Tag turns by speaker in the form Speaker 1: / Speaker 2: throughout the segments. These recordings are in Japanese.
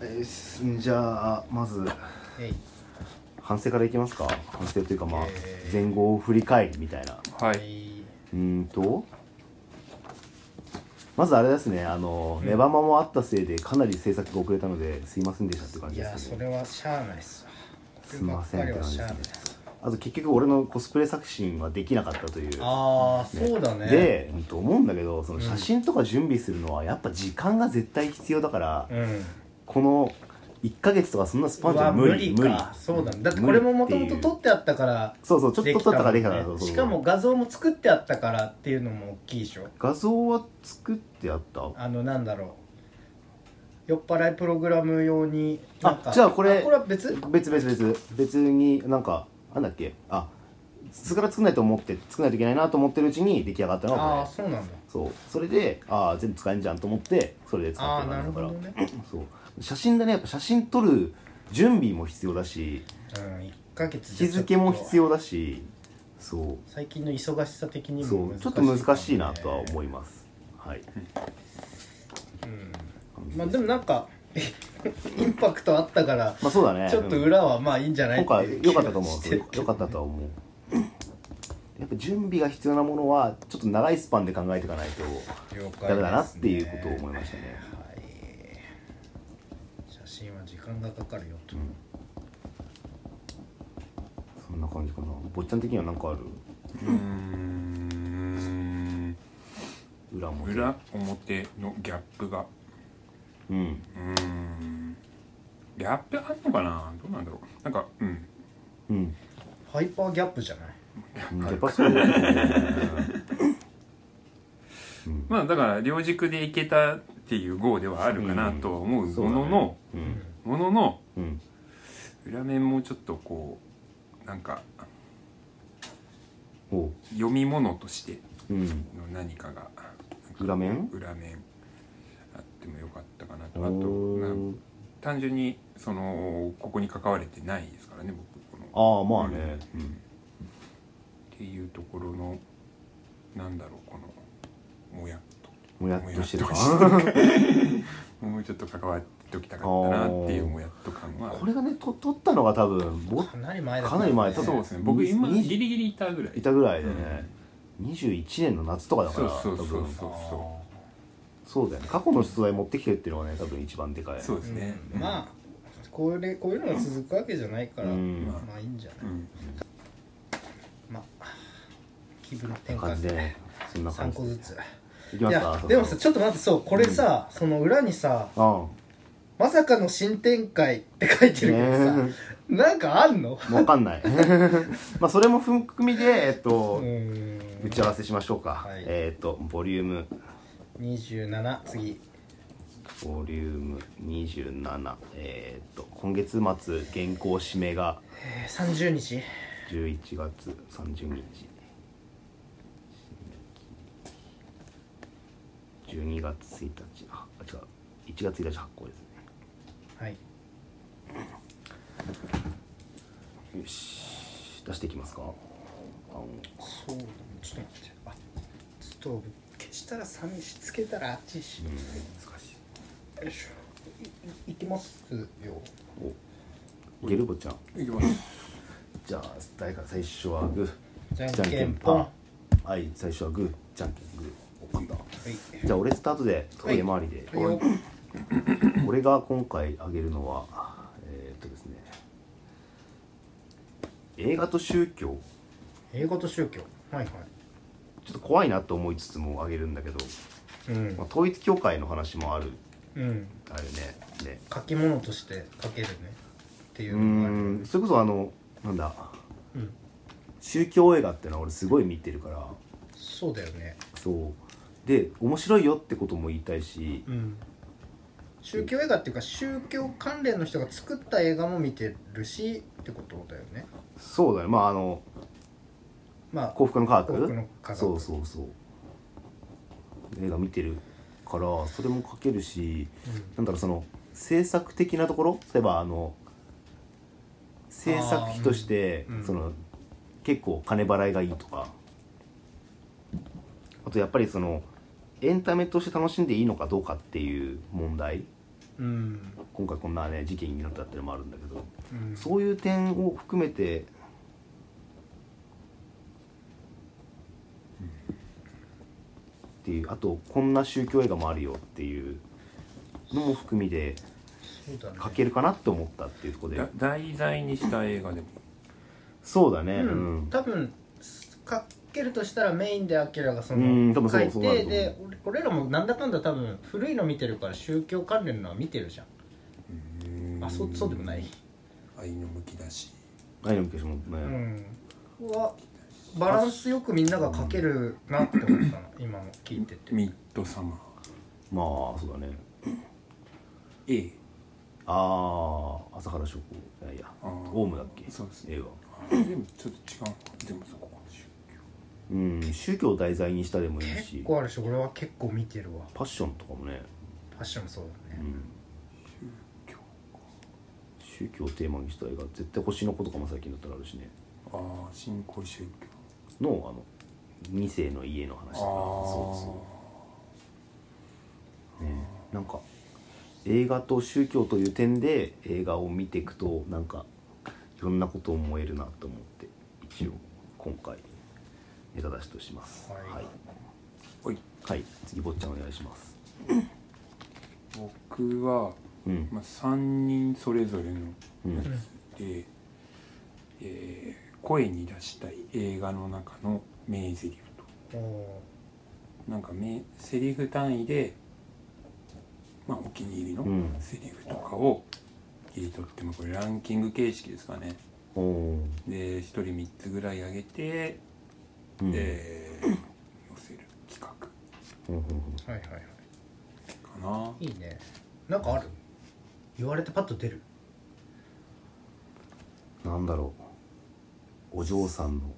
Speaker 1: ですじゃあまず
Speaker 2: えい
Speaker 1: 反省からいきますか反省というかまあ
Speaker 2: えー
Speaker 1: 前後を振り返りみたいな
Speaker 3: は
Speaker 2: はいいう
Speaker 1: ーんとまずあれですねあの、レバマもあったせいでかなり制作が遅れたのですいませんでしたって感
Speaker 2: い
Speaker 1: じ
Speaker 2: や
Speaker 1: です
Speaker 2: そ
Speaker 1: よね
Speaker 2: れはしゃあないっすわ
Speaker 1: すいませんって感じですね
Speaker 2: こればっかりはしゃあない
Speaker 1: あと結局俺のコスプレ作品はできなかったという
Speaker 2: ああそうだね
Speaker 1: で、うんと思うんだけどその
Speaker 2: うん
Speaker 1: 写真とか準備するのはやっぱ時間が絶対必要だから、
Speaker 2: うん
Speaker 1: この1ヶ月とかそんなスパンじゃ
Speaker 2: は
Speaker 1: 無
Speaker 2: 無
Speaker 1: 理
Speaker 2: 理
Speaker 1: 無理
Speaker 2: かそうだねだってこれももともと撮ってあったから
Speaker 1: そうそうちょっと撮ったからできたから
Speaker 2: ね
Speaker 1: そうそう
Speaker 2: しかも画像も作ってあったからっていうのも大きいでしょ
Speaker 1: 画像は作ってあった
Speaker 2: あのなんだろう酔っ払いプログラム用になんか
Speaker 1: あじゃあこれ
Speaker 2: これは別
Speaker 1: 別別別別になんかなんだっけあそれから作んないと思って作んないといけないなと思ってるうちに出来上がったの
Speaker 2: あ
Speaker 1: が
Speaker 2: あ
Speaker 1: こ
Speaker 2: そうなんだ
Speaker 1: れそうそれでああ全部使えんじゃんと思ってそれで使っ
Speaker 2: ああ
Speaker 1: て
Speaker 2: な
Speaker 1: 感じ
Speaker 2: る
Speaker 1: だ
Speaker 2: ほ
Speaker 1: から
Speaker 2: どね
Speaker 1: そう写真だねやっぱ写真撮る準備も必要だし
Speaker 2: うん1ヶ月じ
Speaker 1: 日
Speaker 2: ゃちょっと
Speaker 1: 付も必要だしそ
Speaker 2: 最近の忙しさ的
Speaker 1: う
Speaker 2: に
Speaker 1: そ
Speaker 2: も
Speaker 1: うちょっと難しいなとは思
Speaker 2: い
Speaker 1: いますはい
Speaker 2: うんまあでもなんか インパクトあったから
Speaker 1: まあそうだね
Speaker 2: ちょっと
Speaker 1: うん
Speaker 2: 裏はまあいいんじゃない
Speaker 1: 今
Speaker 2: って
Speaker 1: 回
Speaker 2: いう
Speaker 1: 良かったと思
Speaker 2: 気が
Speaker 1: う
Speaker 2: してる
Speaker 1: 良かったとは思うやっぱ準備が必要なものはちょっと長いスパンで考えていかないと
Speaker 2: 了
Speaker 1: ダ
Speaker 2: 解
Speaker 1: メだな
Speaker 2: で
Speaker 1: っ
Speaker 2: す
Speaker 1: ていうことを思いましたね
Speaker 2: はい写真は時間がかかるよと、
Speaker 1: そんな感じかな坊ちゃん的には何かある
Speaker 3: うーん
Speaker 1: 裏も
Speaker 3: 裏表のギャップが
Speaker 1: うん
Speaker 3: うーんギャップあんのかなどうなんだろうなんかうん
Speaker 1: うん
Speaker 2: ハイパーギャップじゃない
Speaker 1: や っぱそうだね
Speaker 3: まあだから両軸でいけたっていう号ではあるかなとは思う
Speaker 1: そう
Speaker 3: も
Speaker 1: だね
Speaker 3: のの、
Speaker 1: うん
Speaker 3: ものの
Speaker 1: うん
Speaker 3: 裏面もちょっとこうなんか
Speaker 1: おう
Speaker 3: 読み物として
Speaker 1: うん
Speaker 3: の何かが
Speaker 1: 裏面
Speaker 3: 裏面あってもよかったかな
Speaker 1: あ
Speaker 3: とあとまあ単純にそのここに関われてないですからね僕この
Speaker 1: ああまあね
Speaker 3: うんっていうところのなんだろうこのもやっと
Speaker 1: もやっとしてるか
Speaker 3: もやっとしてる もうちょっと関わっておきたかったなっていうもやっと感は
Speaker 1: これがねと撮ったのが多分ぼ
Speaker 2: かなり前だ
Speaker 1: かなり前多
Speaker 2: 多
Speaker 1: 分
Speaker 3: そうですね僕今
Speaker 1: に
Speaker 3: ギリギリいたぐらい
Speaker 1: いたぐらいでね21年の夏とかだから
Speaker 3: そうそうそ
Speaker 1: 多分
Speaker 3: うそうそ
Speaker 1: そうだよね過去の出題持ってきてるっていうのがね多分一番でかいう
Speaker 3: そうですね、
Speaker 2: うんまあこれこういうのが続くわけじゃないから、
Speaker 1: うん
Speaker 2: まあいいんじゃない、
Speaker 3: うん
Speaker 2: まあ気分転
Speaker 1: 感
Speaker 2: 換
Speaker 1: じでねそんな感
Speaker 2: 3
Speaker 1: じ
Speaker 2: 個ずつ
Speaker 1: い
Speaker 2: い
Speaker 1: きますか
Speaker 2: やでもさちょっと待ってそうこれさ、その裏にさ
Speaker 1: ょ
Speaker 2: 「まさかの新展開」って書いてるけどさ、なんかあんの
Speaker 1: うんわかんないまあそれも含みでえっ
Speaker 2: う
Speaker 1: と
Speaker 2: ー
Speaker 1: 打
Speaker 2: ん
Speaker 1: ち合わせしましょうか
Speaker 2: はい
Speaker 1: えっとボリューム
Speaker 2: 27次
Speaker 1: ボリューム27えっと今月末原稿締めが
Speaker 2: えー30日
Speaker 1: 11月30日12月1日あ違う1月1日発行ですね
Speaker 2: はい
Speaker 1: よし出していきますかあの
Speaker 2: そうだねちょっと待ってあストーブ消したら寂しつけたらあっちし、よ
Speaker 1: 難しい
Speaker 2: いしょいいいきますよ
Speaker 1: いけるぼちゃん
Speaker 3: いきます
Speaker 1: じゃあ誰から最初はグ
Speaker 2: じ
Speaker 1: ー
Speaker 2: ゃんけんぽん
Speaker 1: ーはい最初はグーじゃんけんグーおかんだ
Speaker 2: はい
Speaker 1: じゃあ俺スタートでトイレ回りで、
Speaker 2: はいよ
Speaker 1: 俺が今回あげるのはえー、っとですね映画と宗教
Speaker 2: 英語と宗教はいはい
Speaker 1: ちょっと怖いなと思いつつもあげるんだけど、
Speaker 2: うん
Speaker 1: まあ、統一教会の話もある
Speaker 2: うん
Speaker 1: あるねね
Speaker 2: 書き物として書けるねっていううのがある
Speaker 1: ーんそれこそあのなんだ
Speaker 2: うん
Speaker 1: 宗教映画ってのは俺すごい見てるから
Speaker 2: そうだよね
Speaker 1: そうで面白いよってことも言いたいし
Speaker 2: うん宗教映画っていうか宗教関連の人が作った映画も見てるしってことだよね
Speaker 1: そうだねまああの
Speaker 2: まあ
Speaker 1: 幸福の科学
Speaker 2: 幸福の科学
Speaker 1: そうそうそう映画見てるからそれも書けるしなんだろうその制作的なところ例えばあの制作費として
Speaker 2: あーうんうん
Speaker 1: その結構金払いがいいとかあとやっぱりそのエンタメとして楽しんでいいのかどうかっていう問題
Speaker 2: ううん
Speaker 1: 今回こんなね事件になったっていうのもあるんだけど
Speaker 2: うん
Speaker 1: そういう点を含めてっていうあとこんな宗教映画もあるよっていうのも含みで
Speaker 2: そうだね
Speaker 1: 書けるかなって思ったっていうところで
Speaker 3: だ題材にした映画でも
Speaker 1: そうだねう
Speaker 2: うん
Speaker 1: ん
Speaker 2: 多分かけるとしたらメインでアキラがそ
Speaker 1: うん多分
Speaker 2: の
Speaker 1: そ
Speaker 2: 書
Speaker 1: う
Speaker 2: い
Speaker 1: そうなると
Speaker 2: て
Speaker 1: 思う
Speaker 2: で俺俺らもなんだかんだ多分古いの見てるから宗教関連のは見てるじゃん
Speaker 3: ん
Speaker 2: あそうそうでもない
Speaker 3: 愛の向きだし
Speaker 1: 愛の向けしもね、
Speaker 2: うんうわバランスよくみんなが書けるなって思ったの今の聞いてて
Speaker 3: ミッドサマ
Speaker 1: まあそうだね
Speaker 3: ー A
Speaker 1: ああ朝原翔子いやいや
Speaker 3: あー
Speaker 1: オウムだっけ
Speaker 3: そうです
Speaker 1: 映画
Speaker 3: あでもちょっと違うでもそこか宗
Speaker 1: うん宗教を題材にしたでもいい
Speaker 2: 結
Speaker 1: し
Speaker 2: 構あるし俺は結構見てるわ
Speaker 1: パッションとかもね、
Speaker 2: ファッションもそうだ
Speaker 1: う
Speaker 2: ね
Speaker 1: ん、
Speaker 3: 教
Speaker 1: 宗教をテーマにした映画絶対星の子とかも最近だったらあるしね
Speaker 3: ああ新興宗教
Speaker 1: のあの二世の家の話とかそうそうねなんか映画と宗教という点で映画を見ていくとなんかいろんなことを思えるなと思って一応今回ネタ出しとします
Speaker 2: はい
Speaker 1: はい、
Speaker 3: うはい
Speaker 1: はい次坊ちゃんお願いします
Speaker 3: 僕は、
Speaker 1: うん
Speaker 3: まあ、3人それぞれの
Speaker 1: うん
Speaker 3: で、えー声に出したい映画の中の名台詞と
Speaker 2: お
Speaker 3: なんか名セリフ単位で、まあ、お気に入りの
Speaker 1: うん
Speaker 3: セリフとかを切り取って、まあ、これランキング形式ですかね
Speaker 1: おお
Speaker 3: で1人3つぐらい上げて、
Speaker 1: ーうん
Speaker 3: えー載せる企画か
Speaker 1: うんうんうん
Speaker 2: ーはいはいはい
Speaker 3: ない
Speaker 2: いねなんかある言われてパッと出る
Speaker 1: なんだろうお嬢さんの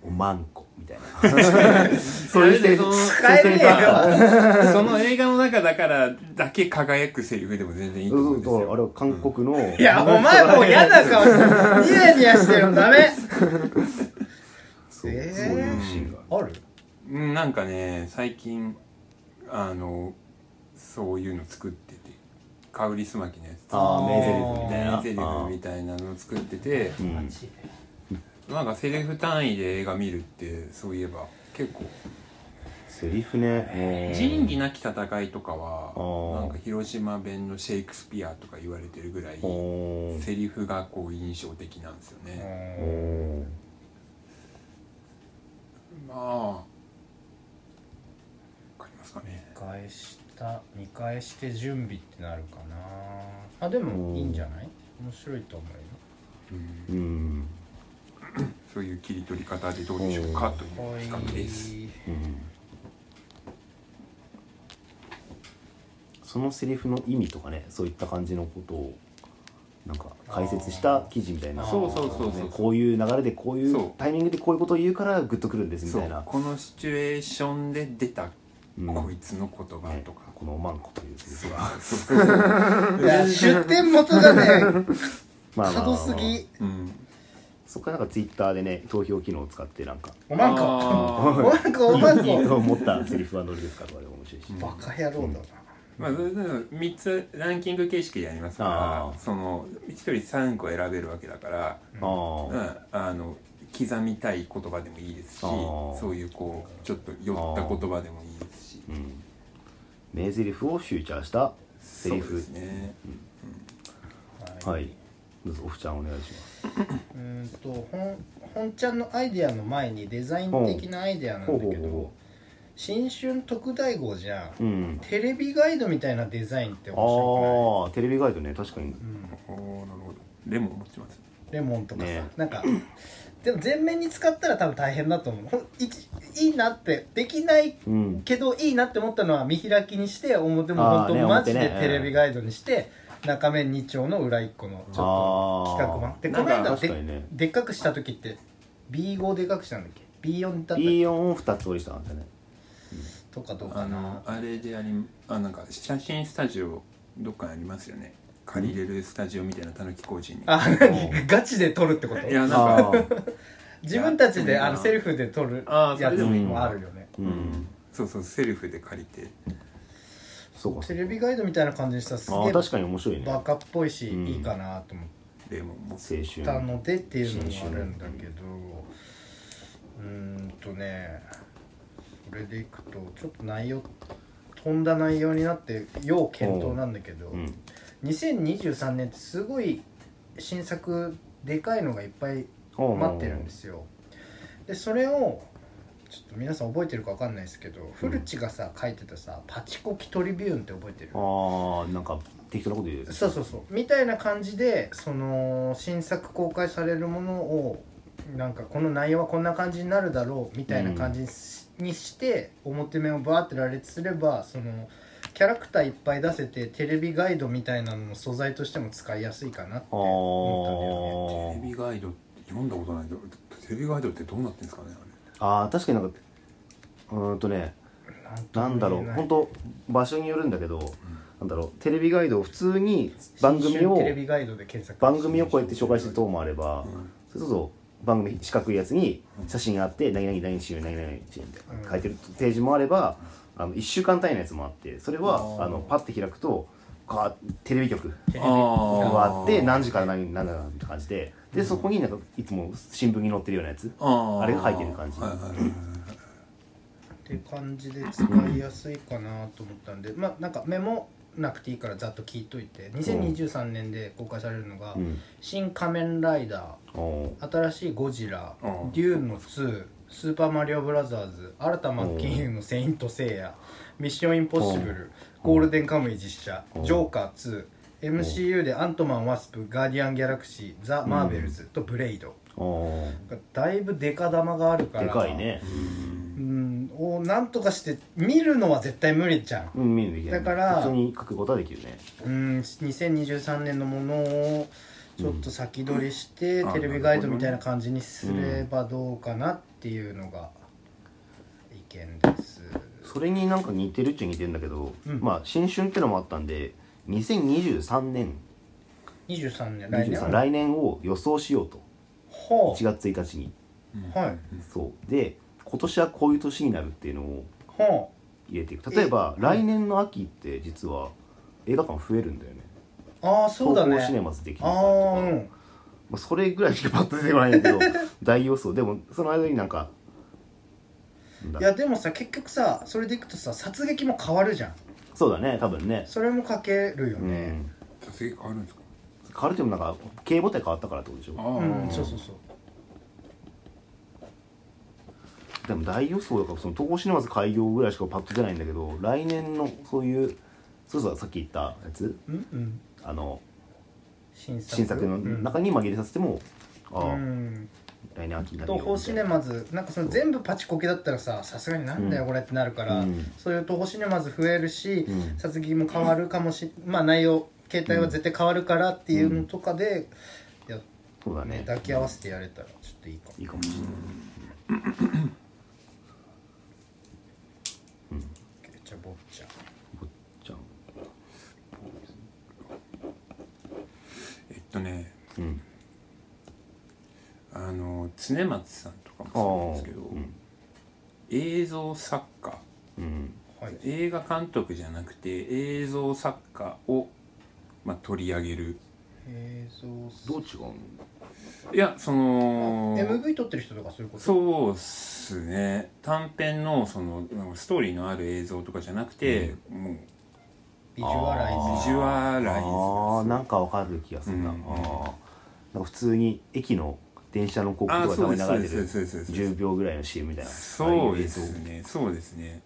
Speaker 1: おまんこみたいなそういうセリフ
Speaker 2: 使えねえよ
Speaker 3: その映画の中だからだけ輝くセリフでも 全然いいと思
Speaker 1: う
Speaker 3: うん
Speaker 1: ん
Speaker 3: です
Speaker 1: そうだからあれ
Speaker 3: よ
Speaker 1: は韓国の、
Speaker 2: いやお前もう嫌な顔ニヤニヤしてるのダメ
Speaker 1: そう,、
Speaker 2: えー
Speaker 1: そういうシーンが
Speaker 2: ある
Speaker 3: うんなんかね最近あのそういうの作っててカウリスマキのやつ
Speaker 1: ああ名
Speaker 2: ー
Speaker 1: 台詞みたいな
Speaker 3: 名台詞みたいなの作ってて
Speaker 1: うん
Speaker 2: マジで
Speaker 3: なんかセリフ単位で映画見るってそういえば結構
Speaker 1: セリフね
Speaker 3: 仁義なき戦いとか
Speaker 1: あー
Speaker 3: はなんか広島弁のシェイクスピアとか言われてるぐらい
Speaker 1: おー
Speaker 3: セリフがこう印象的なんですよね
Speaker 1: おー
Speaker 3: まあわかりますかね
Speaker 2: 見返した見返して準備ってなるかなあでもいいんじゃない面白いと思うよ
Speaker 3: うん
Speaker 1: うん
Speaker 3: そういう切り取り方でどうでしょうかという企画です
Speaker 1: うんそのセリフの意味とかねそういった感じのことをなんか解説した記事みたいな
Speaker 2: あー
Speaker 3: そうそうそうそう
Speaker 1: ねこういう流れでこうい
Speaker 3: そう
Speaker 1: うタイミングでこういうことを言うからグッとくるんですみ
Speaker 3: そ
Speaker 1: たいうな
Speaker 3: このシチュエーションで出た
Speaker 1: うん
Speaker 3: こいつの言葉
Speaker 1: ね
Speaker 3: とか、
Speaker 1: このおまんこというセリフは
Speaker 3: そうそうそう
Speaker 2: いや出典元がね
Speaker 1: まあまあまあ
Speaker 2: 角すぎ
Speaker 3: うん
Speaker 1: そこからなんかツイッターでね投票機能を使ってなんか
Speaker 2: おまんこお
Speaker 3: あー
Speaker 2: まんこおまん
Speaker 1: いいと
Speaker 2: こ
Speaker 1: 思ったセリフはどれですかとかでも面白いし、
Speaker 3: うん
Speaker 2: バカ野郎だな
Speaker 3: まあ、それぞれ3つランキング形式でやりますか
Speaker 1: あー
Speaker 3: らその1人3個選べるわけだから、う
Speaker 1: ああ
Speaker 3: ん、あの刻みたい言葉でもいいですし
Speaker 1: あー
Speaker 3: そういうこうちょっと寄った言葉でもいいですし
Speaker 1: うん名台詞をフューチャーしたセ
Speaker 3: そう
Speaker 1: リ
Speaker 3: で
Speaker 1: フ
Speaker 3: すね
Speaker 1: はいどうぞオフちゃんお願いします
Speaker 2: うーんと本本ちゃんのアイデアの前にデザイン的なアイデアなんだ
Speaker 1: ほ
Speaker 2: け
Speaker 1: うほうほうほ
Speaker 2: ど新春特大号じゃ
Speaker 1: うんん
Speaker 2: テレビガイドみたいなデザインって面白
Speaker 1: ああテレビガイドね確かに
Speaker 2: くないうん
Speaker 3: おーなるほどレモン持ってます
Speaker 2: レモンとかさ、
Speaker 1: ね
Speaker 2: なんかでも全面に使ったら多分大変だと思うほんいちいいなってできない
Speaker 1: うん
Speaker 2: けどいいなって思ったのは見開きにして表も
Speaker 1: あー
Speaker 2: 本当、
Speaker 1: ね
Speaker 2: マジで
Speaker 1: 表ね
Speaker 2: テレビガイドにして、中面2丁の裏1個のちょっと企画版でこ
Speaker 3: なん
Speaker 2: の
Speaker 3: か
Speaker 2: 間
Speaker 1: 確か
Speaker 2: で,、
Speaker 1: にね
Speaker 2: でっかくした時って B5 をでかくしたんだっけ B4 だった
Speaker 1: B4 を2つ折りしたんだね
Speaker 2: とかどうか
Speaker 3: あ
Speaker 2: な
Speaker 3: のあれでありあなんか写真スタジオどっかにありますよね借りれるスタジオみたいなたぬき工事に
Speaker 2: あ何ガチで撮るってこと
Speaker 3: いやなん
Speaker 1: あ
Speaker 3: か
Speaker 1: あ
Speaker 2: 自分たち
Speaker 3: い
Speaker 2: で
Speaker 3: や
Speaker 2: あのセルフで撮る
Speaker 3: あーそ
Speaker 2: や
Speaker 3: れ
Speaker 2: つ
Speaker 3: でもいい
Speaker 1: な
Speaker 2: もあるよね
Speaker 1: う
Speaker 3: うんんそうそうセルフで借りて
Speaker 1: そうかそ
Speaker 2: テ
Speaker 1: う
Speaker 2: レビガイドみたいな感じにしたらすげ
Speaker 1: あ
Speaker 2: え
Speaker 1: ー確かに面白いね
Speaker 2: バカっぽいし、
Speaker 1: うん
Speaker 2: いいかなと思っ
Speaker 3: レモンも
Speaker 1: 青
Speaker 2: た
Speaker 1: 春
Speaker 2: のでっていうのもあるんだけどうーんとねそれでいくとちょっと内容飛んだ内容になって要検討なんだけど、
Speaker 1: うん
Speaker 2: 2023年ってすごい新作でかいのがいっぱい待ってるんですよでそれをちょっと皆さん覚えてるか分かんないですけど、古地がさ書いてたさ「パチコキトリビューン」って覚えてる
Speaker 1: あーなんか適当なこと言う
Speaker 2: そうそうそうみたいな感じでその新作公開されるものをなんかこの内容はこんな感じになるだろうみたいな感じにし,、にして表面をバーって羅列すればそのキャラクターいっぱい出せてテレビガイドみたいなのの素材としても使いやすいかなって
Speaker 1: あ
Speaker 2: 思
Speaker 3: テレ
Speaker 1: ー
Speaker 3: ビガイドって読んだことないけどテレビガイドってどうなってんですかねあ
Speaker 1: あー確かになんかうーんとね
Speaker 2: ったんだよね
Speaker 1: なんだろう本当場所によるんだけど、なんだろうテレビガイドを普通に番組
Speaker 2: 新
Speaker 1: を
Speaker 2: 春テレビガイドで検索
Speaker 1: 番組をこうやって紹介するとこもあれば、それこそ番組四角いやつに写真があって「何々何週何々何週」みたいな書いてるページもあれば、あの1週間単位のやつもあってそれ
Speaker 3: あ
Speaker 1: は
Speaker 3: ー
Speaker 1: あのパッて開くとかテレビ局
Speaker 2: テレビ
Speaker 1: が
Speaker 3: あ
Speaker 1: あって何時から何何々って感じででそこになんかいつも新聞に載ってるようなやつ
Speaker 3: あ
Speaker 1: あれが入ってる感じ
Speaker 3: はいはいはい
Speaker 2: って感じで使いやすいかなと思ったんでまあなんかメモなくていいからざっと聞いといて2023年で公開されるのが
Speaker 1: うん
Speaker 2: 「新仮面ライダ
Speaker 1: おー
Speaker 2: ー」新しい「ゴジラ」
Speaker 3: う
Speaker 2: 「
Speaker 3: ん
Speaker 2: デューンの2」「スーパーマリオブラザーズ」「新田真剣佑のセイント・セイヤ」「ミッション・インポッシブル」「ゴールデン・カムイ実写」
Speaker 1: う
Speaker 2: 「
Speaker 1: ん
Speaker 2: ジョーカー2」MCU でアントマン・ワスプ、ガーディアン・ギャラクシー、ザ・マーベルズとブレイド。
Speaker 1: おー
Speaker 2: だいぶデカ玉があるから。
Speaker 1: でかいね
Speaker 2: うん、をなんとかして見るのは絶対無理じゃん
Speaker 1: うん見るできない
Speaker 2: だから
Speaker 1: 普通に書くことはできるね
Speaker 2: うん2023年のものをちょっと先取りして、
Speaker 3: うん
Speaker 2: テレビガイドみたいな感じにすればどうかなっていうのが意見です、
Speaker 1: それになんか似てるっちゃ似てるんだけど、
Speaker 2: うん
Speaker 1: まあ新春ってのもあったんで2023年
Speaker 2: 23年来年
Speaker 1: 23来年を予想しようと
Speaker 2: ほ
Speaker 1: 1月1日に
Speaker 3: うん
Speaker 2: うはい
Speaker 1: そうで今年はこういう年になるっていうのを
Speaker 2: ほ
Speaker 1: 入れていく例えば来年の秋って実は映画館増えるんだよね
Speaker 2: うああそうだ
Speaker 1: 東宝シネ
Speaker 2: ね
Speaker 1: マズできる
Speaker 2: あ
Speaker 1: から
Speaker 2: あ
Speaker 1: とか
Speaker 2: ーうん
Speaker 1: まあ、それぐらいしかパッと出てこないんだけど 大予想でもその間になんかなんだ
Speaker 2: いやでもさ結局さそれでいくとさ殺撃も変わるじゃん
Speaker 1: そうだね多分ね
Speaker 2: それもかけるよ
Speaker 1: う
Speaker 2: ね
Speaker 1: ん
Speaker 3: 座席変わるんですか
Speaker 1: 変わるってもなんか経営母体変わったからってことでしょ
Speaker 3: あ
Speaker 2: うん、
Speaker 3: ー
Speaker 2: そうそうそう
Speaker 1: でも大予想だからその東宝シネマズ開業ぐらいしかパッと出ないんだけど来年のそういうそうそうさっき言ったやつ
Speaker 2: うんうん
Speaker 1: あの
Speaker 2: 新作
Speaker 1: 新作の中に紛れさせても、
Speaker 2: う
Speaker 1: ああ、
Speaker 2: ん
Speaker 1: 来年秋になるよ
Speaker 2: 東宝シネマズなんかその全部パチコケだったらささすがになんだよ
Speaker 1: うん
Speaker 2: これってなるから、
Speaker 1: うん
Speaker 2: そういう東宝シネマズ増えるし
Speaker 1: うん
Speaker 2: 殺撃、も変わるかもしまあ内容携帯は絶対変わるからっていうのとかで、やっ
Speaker 1: そうだ
Speaker 2: ね
Speaker 1: ね
Speaker 2: 抱き合わせてやれたらちょっといいかも
Speaker 1: いいかもしれない、
Speaker 2: じゃあ坊ちゃん
Speaker 1: ぼっちゃん
Speaker 3: えっとね
Speaker 1: うん
Speaker 3: あの常松さんとか
Speaker 1: あ
Speaker 3: も
Speaker 1: あ
Speaker 3: そうなんですけど、
Speaker 1: うん
Speaker 3: 映像作家
Speaker 1: うん
Speaker 2: はい
Speaker 3: 映画監督じゃなくて映像作家を、まあ、取り上げる
Speaker 2: 映像
Speaker 1: どう違うの
Speaker 3: いやその
Speaker 2: MV 撮ってる人とかそういうこと
Speaker 3: そうっすね短編のそのなんかストーリーのある映像とかじゃなくて、もう
Speaker 2: ビジュアライ
Speaker 1: あー
Speaker 3: ビ
Speaker 2: ズ
Speaker 3: ジュアライズ
Speaker 1: ああなんかわかる気がするな、
Speaker 3: うん
Speaker 1: ああなんか普通に駅の電車の広
Speaker 3: あ
Speaker 1: 告
Speaker 3: ー
Speaker 1: と
Speaker 3: そう
Speaker 1: か
Speaker 3: で
Speaker 1: た
Speaker 3: す
Speaker 1: ま
Speaker 3: そう
Speaker 1: に
Speaker 3: で
Speaker 1: 流れて
Speaker 3: す
Speaker 1: る
Speaker 3: そうですそうです
Speaker 1: 10秒ぐらいの CM みたいな
Speaker 3: そうで
Speaker 1: ああいう
Speaker 3: す
Speaker 1: 映
Speaker 3: ねそうですね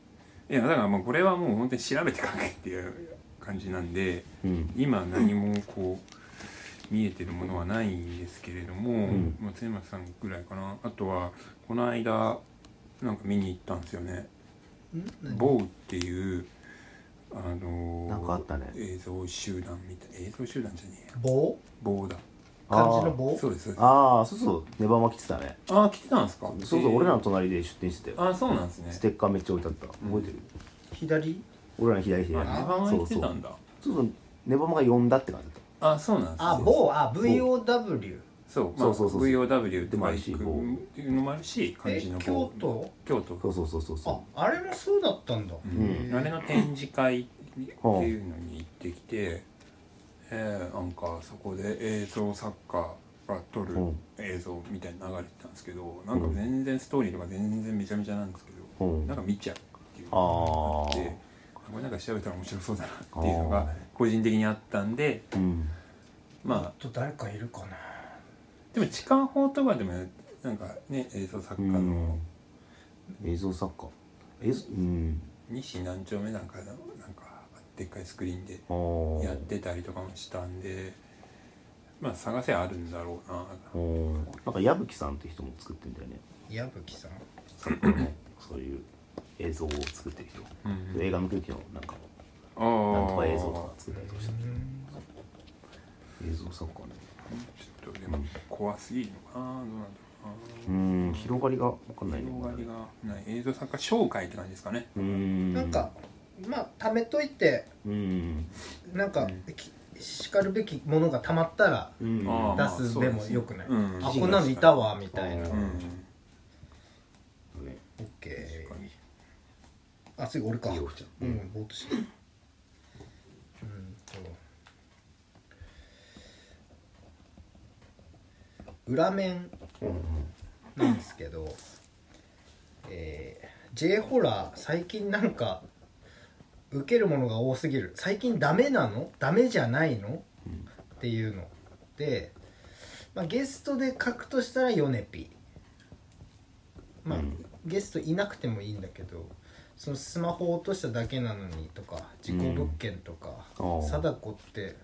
Speaker 3: いやだからもうこれはもう本当に調べて書けっていう感じなんで
Speaker 1: 像うん
Speaker 3: 今何もこう見えてるものはないんですけれども、
Speaker 1: ん
Speaker 3: まあ、松山さんぐらいかなあとはこの間なんか見に行ったんですよね「
Speaker 2: ん
Speaker 3: ボウ」っていうあのー
Speaker 1: なんかあったね
Speaker 3: 映像集団みたい映像集団じゃねえや
Speaker 2: 棒
Speaker 3: 棒だ
Speaker 2: 漢字の棒
Speaker 3: そうですそうですあ
Speaker 1: ああそうそうネバーマ来てたね
Speaker 3: あー来てたんですか
Speaker 1: そうそう俺らの隣で出店してたよ
Speaker 3: あーそうなんですね
Speaker 1: ステッカーめっちゃ置いてあった覚えてる
Speaker 2: 左
Speaker 1: 俺らの左
Speaker 3: あ
Speaker 1: 左
Speaker 3: ネバマ
Speaker 1: そ
Speaker 3: 行
Speaker 1: う
Speaker 3: って
Speaker 1: そう
Speaker 3: たんだ
Speaker 1: そうそうネバマが呼んだって感じだった
Speaker 3: あそうなんですね
Speaker 2: あ棒あ VOW
Speaker 3: そう
Speaker 1: そ
Speaker 3: ま
Speaker 1: う
Speaker 3: あ
Speaker 1: そうそう
Speaker 3: VOW
Speaker 1: で
Speaker 3: と
Speaker 1: もあ
Speaker 3: か
Speaker 1: る
Speaker 3: 行
Speaker 1: し
Speaker 3: く
Speaker 1: 棒
Speaker 3: っていうのもあるし漢
Speaker 2: え
Speaker 3: 字の
Speaker 2: 京
Speaker 3: 棒
Speaker 2: 都
Speaker 3: 京都
Speaker 1: そうそうそうそう
Speaker 2: あ
Speaker 1: そ
Speaker 2: あれもそうだったんだ、
Speaker 3: うんあれの展示会
Speaker 1: はあ
Speaker 3: っていうのに行ってきて、えーなんかそこで映像作家が撮る
Speaker 1: うん
Speaker 3: 映像みたいなの流れてたんですけどなんか全然ストーリーとか全然めちゃめちゃなんですけど、
Speaker 1: うん
Speaker 3: なんか見ちゃうっていう
Speaker 1: あ
Speaker 3: のがあって
Speaker 1: ー
Speaker 3: これなんか調べたら面白そうだなっていうのが個人的にあったんで
Speaker 1: うん
Speaker 3: まあ
Speaker 2: と誰かいるかな
Speaker 3: でも痴漢法とかでもなんかね映像作家の。
Speaker 1: うん映像作家映像うん
Speaker 3: 西何丁目なんかのなんかでっかいスクリーンで
Speaker 1: あー
Speaker 3: やってたりとかもしたんでまあ探せあるんだろうな
Speaker 1: うんなんか矢吹さんって人も作ってんだよね
Speaker 2: 矢吹さん
Speaker 1: 札幌のそういう映像を作ってる人、
Speaker 3: うん
Speaker 1: 映画の空気のなんか
Speaker 3: ああ
Speaker 1: なんとか映像とか作ったりとかした
Speaker 2: うん
Speaker 1: 映像作家ね
Speaker 3: ちょっとでも怖すぎるのかなどうなんだろ
Speaker 1: う
Speaker 3: うな
Speaker 1: ーん広がりが分かんないね
Speaker 3: 広がりがない映像作家紹介って感じですかね
Speaker 1: うーん
Speaker 2: なんかまあ貯めといて
Speaker 1: うん
Speaker 2: なんか、
Speaker 3: うん
Speaker 2: きしかるべきものがたまったら
Speaker 1: うん
Speaker 3: あーまあ
Speaker 2: 出す
Speaker 3: そうで
Speaker 2: です
Speaker 3: ね
Speaker 2: もよくない、
Speaker 3: うん
Speaker 2: あこんなのいたわみたいな
Speaker 1: う
Speaker 3: うん
Speaker 1: んね
Speaker 2: オッケ
Speaker 3: 確かに
Speaker 2: ーあ次俺か
Speaker 1: いいよおっちゃん
Speaker 2: うん、ぼーっとしてうんと裏面なんですけど、えー、J ホラー最近なんか受けるものが多すぎる最近ダメなのダメじゃないの、
Speaker 1: ん
Speaker 2: っていうので、まあ、ゲストで書くとしたらヨネピまあ、
Speaker 1: うん
Speaker 2: ゲストいなくてもいいんだけどそのスマホを落としただけなのにとか事故物件とか
Speaker 1: あー
Speaker 2: 「貞子って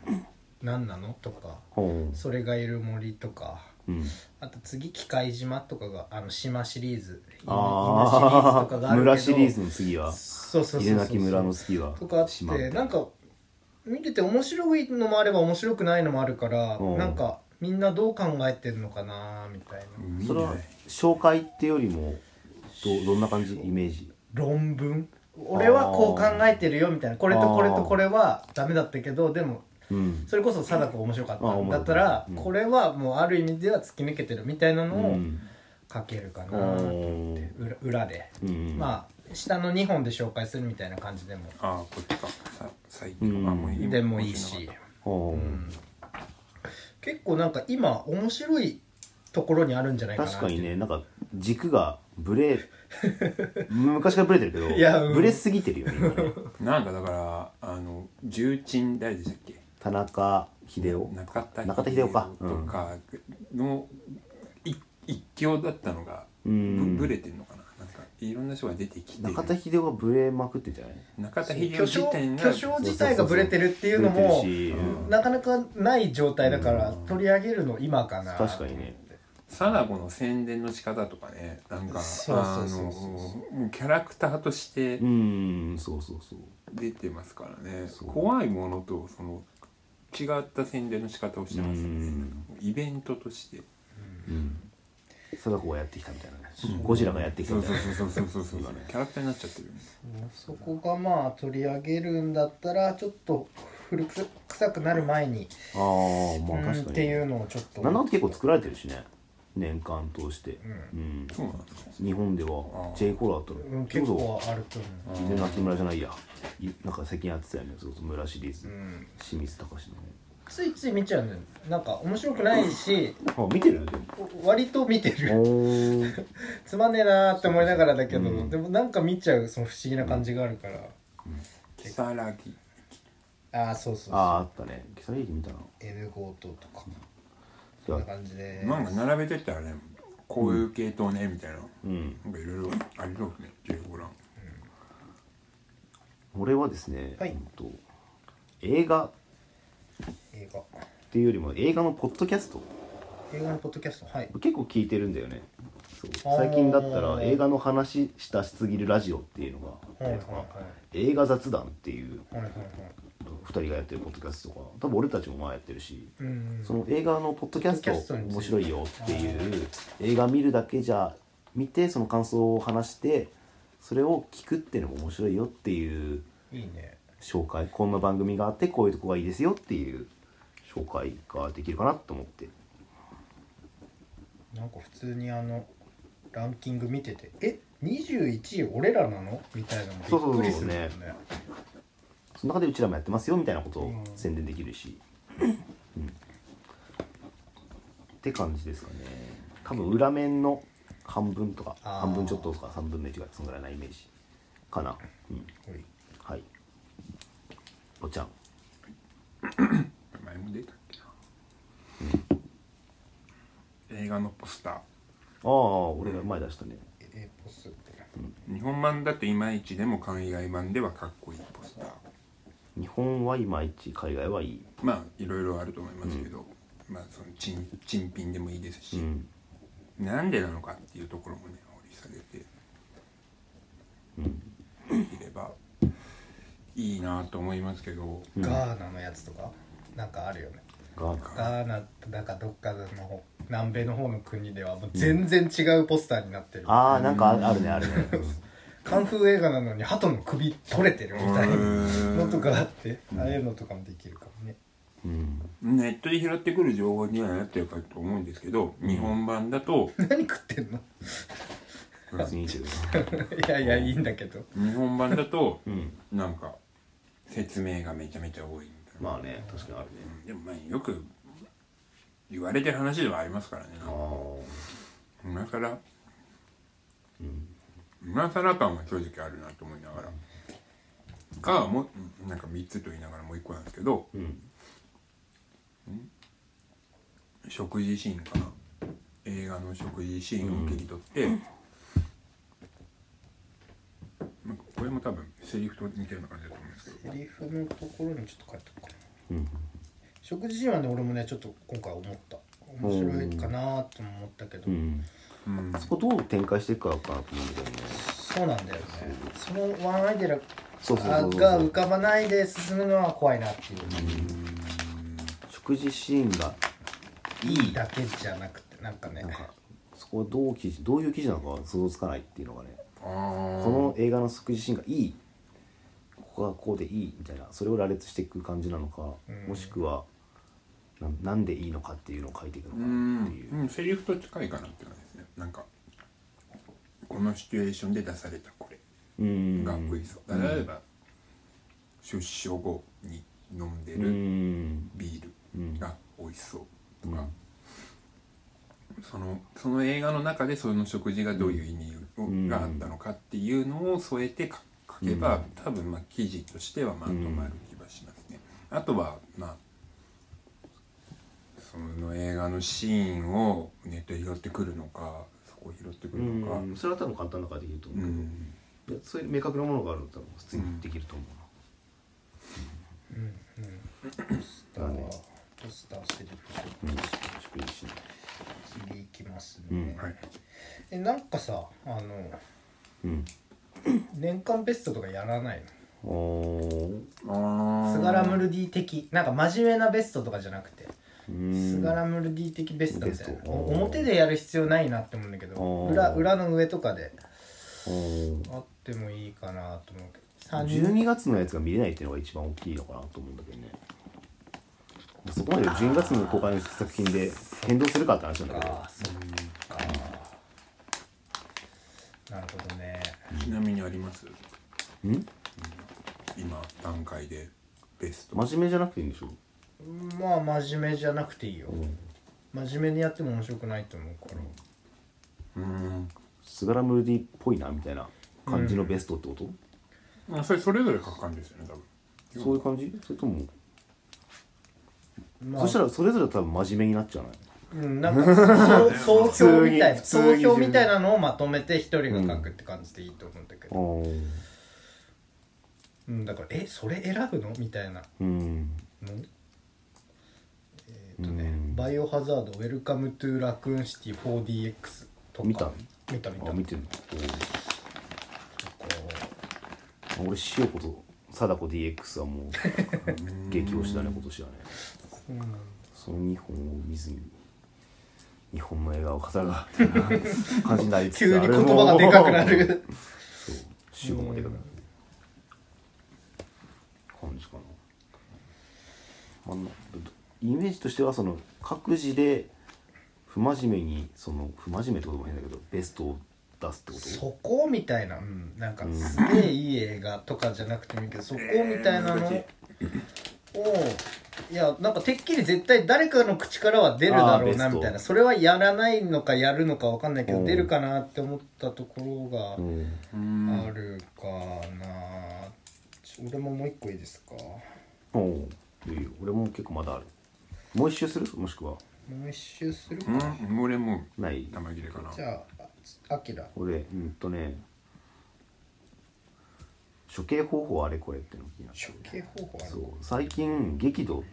Speaker 2: 何なの?」とか
Speaker 1: ほ
Speaker 2: 「それがいる森」とか
Speaker 1: ううん
Speaker 2: あと次「機械島」とかがあの島シリーズ「犬
Speaker 1: ああ 村シリーズの次は
Speaker 2: そうそうそうそう
Speaker 1: 入れなき村の次は
Speaker 2: とかあっ
Speaker 1: 島
Speaker 2: てなんか見てて面白いのもあれば面白くないのもあるから
Speaker 1: うん
Speaker 2: なんかみんなどう考えてるのかなみたいな
Speaker 3: うん
Speaker 1: それは
Speaker 3: 見ない
Speaker 1: 紹介ってよりもどどんな感じイメージ
Speaker 2: 論文俺はこう考えてるよみたいなこれとこれとこれはダメだったけどでも
Speaker 1: うん
Speaker 2: それこそ貞子面白かった
Speaker 1: あ面
Speaker 2: ん
Speaker 1: 白
Speaker 2: だ
Speaker 1: か
Speaker 2: っ
Speaker 1: った
Speaker 2: たら
Speaker 1: うん
Speaker 2: これはもうある意味では突き抜けてるみたいなの
Speaker 1: う
Speaker 2: を
Speaker 1: ん
Speaker 2: 書けるか
Speaker 1: う
Speaker 2: なって
Speaker 1: ん
Speaker 2: 裏裏で
Speaker 1: うん
Speaker 2: まあ下の2本で紹介するみたいな感じでも
Speaker 3: ああこっちかさ最近あ
Speaker 1: うん
Speaker 3: う今
Speaker 2: でもいい
Speaker 3: こっち
Speaker 2: し
Speaker 3: の
Speaker 1: ほ
Speaker 3: 方
Speaker 1: う
Speaker 2: 結構なんか今面白いところにあるんじゃないかなって
Speaker 1: 確かにねなんか軸がブレ 昔からブレてるけど
Speaker 2: いやうん
Speaker 1: ブレすぎてるよね今 ね
Speaker 3: なんかだからあの重鎮誰でしたっけ
Speaker 1: 田中秀夫
Speaker 3: 中田
Speaker 1: 中田秀夫か
Speaker 3: とかの、い一強だったのが
Speaker 1: う
Speaker 3: ぶ,、
Speaker 1: ん
Speaker 3: ぶれてんのかななんかいろんな人が出てきてる
Speaker 1: 中田秀夫がブレまくってんじゃない
Speaker 3: 中田秀夫
Speaker 2: 巨
Speaker 3: 自
Speaker 2: 匠
Speaker 3: 体が
Speaker 2: 巨匠自体がブレてるっていうのも
Speaker 1: ブレてるし
Speaker 3: うん
Speaker 2: なかなかない状態だから
Speaker 1: うん
Speaker 2: 取り上げるの今かな
Speaker 1: 確かにね
Speaker 3: 貞子の宣伝の仕方とかねなんか
Speaker 2: そう
Speaker 3: あ
Speaker 2: そう
Speaker 3: の
Speaker 2: そうそう
Speaker 3: もうキャラクターとして
Speaker 1: うんそうそうそう
Speaker 3: 出てますからね、
Speaker 1: そう
Speaker 3: 怖いものとその違った宣伝の仕方をしてますよね、
Speaker 1: うん
Speaker 3: なんかもうイベントとして
Speaker 1: うん貞子がやってきたみたいなねゴジラがやってきた
Speaker 3: そ
Speaker 1: み
Speaker 3: う
Speaker 1: たい
Speaker 3: そう
Speaker 1: な
Speaker 3: そうそうそうそう
Speaker 1: 今ね
Speaker 3: キャラクターになっちゃってるよね
Speaker 2: そこがまあ取り上げるんだったらちょっと古く臭くなる前に、
Speaker 1: ああまあ
Speaker 2: うんっ
Speaker 1: 確か
Speaker 2: て
Speaker 1: に
Speaker 2: いう
Speaker 1: ね
Speaker 2: のをちょっと
Speaker 1: なんだかんだ結構作られてるしね年間通してうん
Speaker 3: そうなんですか
Speaker 1: 日本では
Speaker 3: あー
Speaker 1: J コーラだった
Speaker 2: う
Speaker 1: ら
Speaker 2: ん、結
Speaker 1: それこそ
Speaker 2: 構あると思う
Speaker 1: 全然夏村じゃないやいなんか最近やってたよねそうそう村シリーズ、
Speaker 2: ん
Speaker 1: 清水隆のね
Speaker 2: ついつい見ちゃうんだよなんか面白くないし
Speaker 1: あ見てる でも
Speaker 2: 割と見てる
Speaker 1: おー
Speaker 2: つまんねえなーって思いながらだけど、
Speaker 1: うん
Speaker 2: でもなんか見ちゃうその不思議な感じがあるから、
Speaker 3: 如月
Speaker 2: ああそうそ
Speaker 1: あ
Speaker 2: うそう
Speaker 1: ああったね木更津駅見たな
Speaker 2: N 強盗とか
Speaker 1: じ
Speaker 2: こ
Speaker 1: ゃ
Speaker 2: んな
Speaker 1: あ
Speaker 2: 感じで
Speaker 3: なんか並べてったらねこういう系統ねみたいな、
Speaker 1: うん
Speaker 3: なんかいろいろありそうですね15欄
Speaker 1: 俺はですね、
Speaker 2: はい
Speaker 1: うんと映画っ
Speaker 2: 映画
Speaker 1: ていうよりも映画のポッドキャスト
Speaker 2: 映画のポッドキャストはい
Speaker 1: 結構聞いてるんだよねそう
Speaker 2: あー
Speaker 1: 最近だったら映画の話したしすぎるラジオっていうのがあ
Speaker 2: は
Speaker 1: った
Speaker 2: いはい
Speaker 1: りとか、
Speaker 2: は
Speaker 1: 映画雑談っていう
Speaker 2: いはいはいはい
Speaker 1: 2人がやってるポッドキャストとか多分俺たちも前やってるし
Speaker 2: うん
Speaker 1: その映画のポッドキャスト
Speaker 2: ポッドキャストについて
Speaker 1: 面白いよっていう映画見るだけじゃ見てその感想を話してそれを聞くっていうのも面白いよっていう
Speaker 2: いいね
Speaker 1: 紹介こんな番組があってこういうとこがいいですよっていう紹介ができるかなと思って
Speaker 2: なんか普通にあのランキング見ててえ21位俺らなのみたいなのもびっくりするもんね
Speaker 1: そうその中でうちらもやってますよみたいなこと
Speaker 2: う
Speaker 1: を
Speaker 2: ん
Speaker 1: 宣伝できる し、うんって感じですかね多分裏面の半分とか
Speaker 2: あー
Speaker 1: 半分ちょっととか3分の1ぐらいそんぐらいなイメージかなうんはいおちゃん
Speaker 3: 前も出たっけな映画のポスタ
Speaker 1: ああ俺ら前出したね
Speaker 2: えポスって
Speaker 3: ー日本版だといまいちでも海外版ではかっこいいポスター
Speaker 1: 日本はいまいち海外はいい
Speaker 3: まあいろいろあると思いますけど、まあその珍珍品でもいいですし、
Speaker 1: うん
Speaker 3: なんでなのかっていうところもね掘り下げていればいいなと思いますけど、
Speaker 1: うん
Speaker 2: ガーナのやつとかなんかあるよね
Speaker 1: が
Speaker 2: ガーナってなんかどっかの方南米の方の国ではもう全然違うポスターになってる、
Speaker 1: ああなんかああるねあるね
Speaker 2: カンフー映画なのに鳩の首取れてるみたいなのとかあってああいうのとかもできるかもね
Speaker 1: うん
Speaker 3: ネットで拾ってくる情報にはなってるかと思うんですけど、日本版だと
Speaker 2: 何食ってんの
Speaker 1: 別にいいけどない
Speaker 2: やいやいいんだけど
Speaker 3: 日本版だと
Speaker 1: うん
Speaker 3: なんか説明がめちゃめちゃ多いみたいな、
Speaker 1: まあね確かにあるね
Speaker 3: うんでもまあよく言われてる話ではありますからね
Speaker 1: ああ
Speaker 3: 今更
Speaker 1: うん
Speaker 3: 今更感は正直あるなと思いながらかもうなんか3つと言いながらもう1個なんですけど
Speaker 1: うん
Speaker 3: 食事シーンかな映画の食事シーンを切り取って、なんかこれも多分セリフと似たような感じだと思うんですけど
Speaker 2: セリフのところにちょっと書いておくかな
Speaker 1: うん
Speaker 2: 食事シーンはね俺もねちょっと今回思った面白いかなとも思ったけ
Speaker 1: う
Speaker 2: ど、
Speaker 1: ん
Speaker 3: うん
Speaker 1: そこどう展開していくかかなと思うんだよね
Speaker 2: そうなんだよねそのワンアイデアが
Speaker 1: そうそうそうそ
Speaker 2: 浮
Speaker 1: う
Speaker 2: かばないで進むのは怖いなっていう、
Speaker 1: 食事シーンがいい
Speaker 2: だけじゃなくてなんかね
Speaker 1: なんかそこはどう記事どういう記事なのかは想像つかないっていうのがね
Speaker 3: あー
Speaker 1: この映画の食事シーンがいいここがこうでいいみたいなそれを羅列していく感じなのか、
Speaker 2: うん
Speaker 1: もしくはななんでいいのかっていうのを書いていくの
Speaker 3: う
Speaker 1: か
Speaker 3: ん
Speaker 1: なっていう、
Speaker 3: うんセリフと近いかなって感じですねなんかこのシチュエーションで出されたこれ
Speaker 1: うん、
Speaker 3: がっこいいそう例えば、出所後に飲んで
Speaker 1: う
Speaker 3: る
Speaker 1: ん
Speaker 3: ビールが美味しそうとか、そのその映画の中でその食事がどういう意味を、
Speaker 1: ん
Speaker 3: があったのかっていうのを添えてか書けば、多分まあ記事としてはまとまる気がしますね。あとはまあその映画のシーンをネットで拾ってくるのかそこを拾ってくるのか。
Speaker 1: うんそれは多分簡単なからできると思う
Speaker 3: う
Speaker 1: けど、
Speaker 3: ん
Speaker 1: いやそういう明確なものがあるんだったら普通にできると思う
Speaker 2: ポスターはポスターセリフ
Speaker 1: な、うん、食事シーン
Speaker 2: 次いきますね、
Speaker 1: うん
Speaker 3: はい
Speaker 2: えなんかさあの
Speaker 1: うん
Speaker 2: 年間ベストとかやらない
Speaker 1: おー
Speaker 2: の
Speaker 3: あ
Speaker 2: スガラムルディ的なんか真面目なベストとかじゃなくて
Speaker 1: うん
Speaker 2: スガラムルディ的ベストみたい
Speaker 1: ベス
Speaker 2: な
Speaker 1: ト
Speaker 2: お表でやる必要ないなって思うんだけど
Speaker 1: おー
Speaker 2: 裏裏の上とかで
Speaker 1: おー
Speaker 2: あってもいいかなと思うけど三人
Speaker 1: 12月のやつが見れないっていうのが一番大きいのかなと思うんだけどねそこまで12月の公開の作品で変動するかって話なんだけど
Speaker 2: かそっかなるほどね
Speaker 3: ちなみにあります
Speaker 1: ん
Speaker 3: 今段階でベスト
Speaker 1: 真面目じゃなくていいんでしょ
Speaker 2: まあ真面目じゃなくていいよ
Speaker 1: ん
Speaker 2: 真面目にやっても面白くないと思うから
Speaker 3: うん
Speaker 1: スガラムルディっぽいなみたいな感じのベストってこと、
Speaker 3: まあそれそれぞれ書く感じですよね多分
Speaker 1: そういう感じそれとも、
Speaker 2: まあ
Speaker 1: そしたらそれぞれ多分真面目になっちゃうない
Speaker 2: うん、なんかそう総評みたいな
Speaker 1: 普通
Speaker 2: 総
Speaker 1: に
Speaker 2: 評みたいなのをまとめて一人が書くって感じでいいと思うんだけど、
Speaker 1: おー
Speaker 2: うんだからえそれ選ぶのみたいな
Speaker 1: うん
Speaker 2: のえっ、とね、
Speaker 1: うん
Speaker 2: バイオハザードウェルカムトゥラクーンシティ 4DX」とか
Speaker 1: 見た
Speaker 2: 見た見た
Speaker 1: あ見てるおー俺塩子と貞子 DX はもう激推しだね今年はね
Speaker 2: うん
Speaker 1: その2本を見ずに日本の映画を語るなっていう感じになりつつ
Speaker 2: 急に
Speaker 1: あ
Speaker 2: 言
Speaker 1: れも
Speaker 2: 葉がでかく なる
Speaker 1: そう塩子もでかくなる感じかなあのイメージとしてはその各自で不真面目にその不真面目ってことも変だけどベストを出すってこと
Speaker 2: そこみたいな、うん、なんか
Speaker 1: うん
Speaker 2: すげえいい映画とかじゃなくてもいいけど、そこみたいなのを
Speaker 3: え、
Speaker 2: いや、なんかてっきり絶対誰かの口からは出るだろう
Speaker 1: あー
Speaker 2: な
Speaker 1: ベスト
Speaker 2: みたいな、それはやらないのかやるのかわかんないけ
Speaker 1: う
Speaker 2: ど、
Speaker 1: ん
Speaker 2: 出るかなって思ったところ
Speaker 1: うん
Speaker 3: うん
Speaker 2: があるかな。ちょ俺ももう一個いいですか。も
Speaker 1: おういいよ俺も結構まだあるもう一周するもしくは
Speaker 2: う一周するか。
Speaker 3: うん俺も
Speaker 1: ない
Speaker 3: 生切れかな
Speaker 2: じゃあ、あきら。
Speaker 1: 俺うんとね処刑方法あれこれってのが気になって
Speaker 2: 処刑方法ある
Speaker 1: そう最近激怒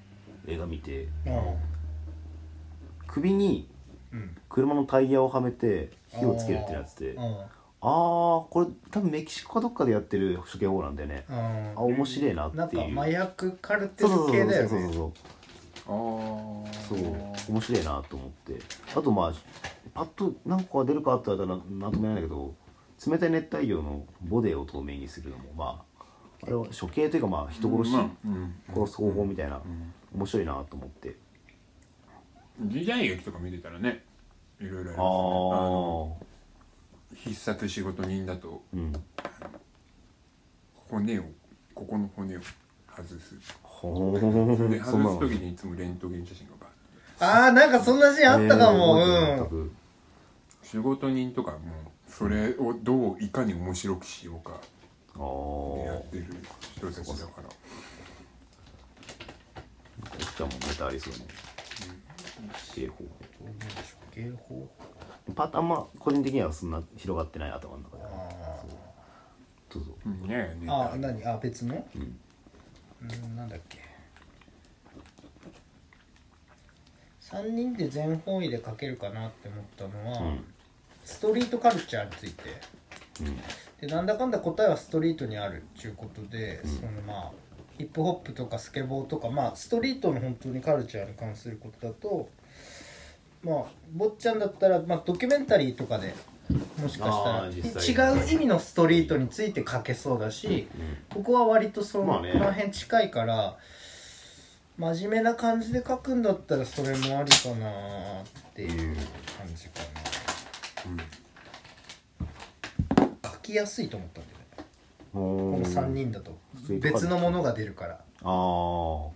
Speaker 1: 映画見て
Speaker 2: あ
Speaker 1: 首に
Speaker 2: あうん。
Speaker 1: 車のタイヤをはめて火をつけるってやつで
Speaker 2: あー
Speaker 1: あーこれ多分メキシコかどっかでやってる処刑法なんだよね
Speaker 2: あー
Speaker 1: あ面白いな
Speaker 2: な
Speaker 1: っ
Speaker 2: ん
Speaker 1: て
Speaker 2: か
Speaker 1: いう
Speaker 2: 麻薬カルテ
Speaker 1: そう
Speaker 2: ル
Speaker 1: そう
Speaker 2: 系だよ
Speaker 1: そうそうそう
Speaker 2: ね
Speaker 1: そう
Speaker 3: あー
Speaker 1: そう面白いなと思ってあとまあパッと何個か出るかって言われたら何とも言えないんだけど冷たい熱帯魚のボデーを透明にするのもまああれは処刑というかまあ人殺し、
Speaker 3: まあうん
Speaker 1: 殺す方法みたいな
Speaker 3: うん
Speaker 1: 面白いなと思って
Speaker 3: 時代劇とか見てたらねいろいろありますね
Speaker 1: ああ
Speaker 3: 必殺仕事人だと
Speaker 1: うん
Speaker 3: 骨をここの骨を外す
Speaker 1: ほー
Speaker 3: で
Speaker 1: そんな
Speaker 3: 外
Speaker 1: の
Speaker 3: す 時にいつもレントゲン写真がバッ
Speaker 2: ああなんかそんなシーンあったかも、
Speaker 1: えー
Speaker 2: うん
Speaker 1: 覚
Speaker 3: 仕事人とかもそれをどういかに面白くしようか
Speaker 1: えてない
Speaker 3: や
Speaker 1: 全く
Speaker 3: ってる人たちだから
Speaker 1: ああじゃあもうネタありそうね処刑方法
Speaker 2: 処刑方
Speaker 1: パターンまあ個人的にはそんな広がってない頭の中で
Speaker 2: 法あ
Speaker 1: どうぞ
Speaker 3: うんねえね
Speaker 2: ー
Speaker 3: え
Speaker 2: あー何あ別の
Speaker 1: うん
Speaker 2: うんなんだっけ3人で全方位で書けるかなって思ったのは、
Speaker 1: うん
Speaker 2: ストリートカルチャーについて
Speaker 1: うん
Speaker 2: でなんだかんだ答えはストリートにあるっていうことで、そのまあヒップホップとかスケボーとかまあストリートの本当にカルチャーに関することだとまあ坊ちゃんだったら、まあ、ドキュメンタリーとかでもしか
Speaker 1: あー
Speaker 2: し
Speaker 1: 実
Speaker 2: たら
Speaker 1: 際に
Speaker 2: 違う意味のストリートについて書けそうだし、
Speaker 1: うん
Speaker 2: ここは割とその,、
Speaker 1: まあね
Speaker 2: この辺近いから真面目な感じで書くんだったらそれもありかなーっていう感じかな書きやすいと思ったんだよねこ
Speaker 1: こ
Speaker 2: の3人だと
Speaker 1: スイートカルチャー
Speaker 2: 別のものが出るから
Speaker 1: ああ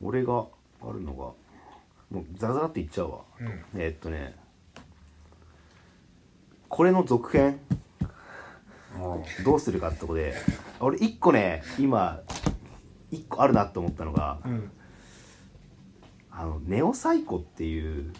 Speaker 1: 俺があるのがもうザラザラって言っちゃうわ
Speaker 2: うん
Speaker 1: えーっとねこれの続編
Speaker 3: うん
Speaker 1: どうするかってとこで俺一個ね今一個あるなと思ったのが
Speaker 2: うん
Speaker 1: あのネオサイコっていう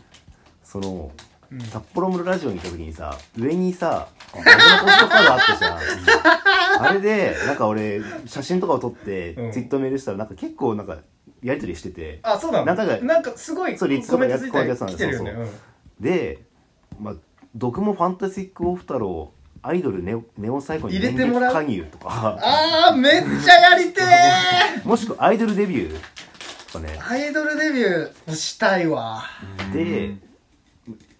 Speaker 1: その
Speaker 2: うん
Speaker 1: 札幌のラジオに行った時にさ上にさ俺のポストカードあったじゃんあれでなんか俺写真とかを撮って
Speaker 2: うん
Speaker 1: ツイッターメールしたらなんか結構なんかやり取りしてて
Speaker 2: あそうな
Speaker 1: な
Speaker 2: の
Speaker 1: んか
Speaker 2: なんかすごい
Speaker 1: そうリッツと
Speaker 2: コ
Speaker 1: か
Speaker 2: メン
Speaker 1: や
Speaker 2: ト
Speaker 1: つ
Speaker 2: つい
Speaker 1: こういう
Speaker 2: て
Speaker 1: やつなんだ
Speaker 2: きてるよね
Speaker 1: そうでまあ毒もファンタスティック・オフ太郎アイドルネオネオサイコに
Speaker 2: 入れてもらう
Speaker 1: 加入と
Speaker 2: うん
Speaker 1: か
Speaker 2: あーめっちゃやりてー
Speaker 1: もしくはアイドルデビューとかね
Speaker 2: アイドルデビューしたいわ
Speaker 1: で、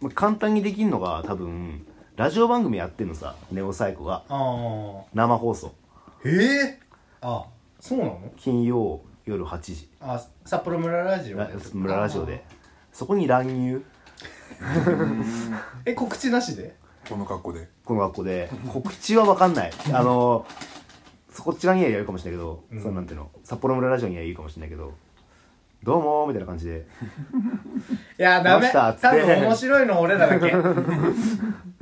Speaker 1: まあ、簡単にできるのが多分ラジオ番組やってんのさネオサイコが
Speaker 2: あー
Speaker 1: 生放送
Speaker 2: えー、あそうなの
Speaker 1: 金曜夜8時
Speaker 2: あ札幌村ラジオ
Speaker 1: ラ村ラジオでそこに乱入
Speaker 2: あーえ告知なしで
Speaker 3: この格好で
Speaker 1: この学校で告知は分かんないあのそこっち側にはやるかもしれないけど、
Speaker 2: うん
Speaker 1: そうなんていうの札幌村ラジオには言うかもしれないけどどうもーみたいな感じで
Speaker 2: いやダ
Speaker 1: どう
Speaker 2: メ
Speaker 1: した
Speaker 2: 多
Speaker 1: っつって
Speaker 2: 分面白いの俺らだけ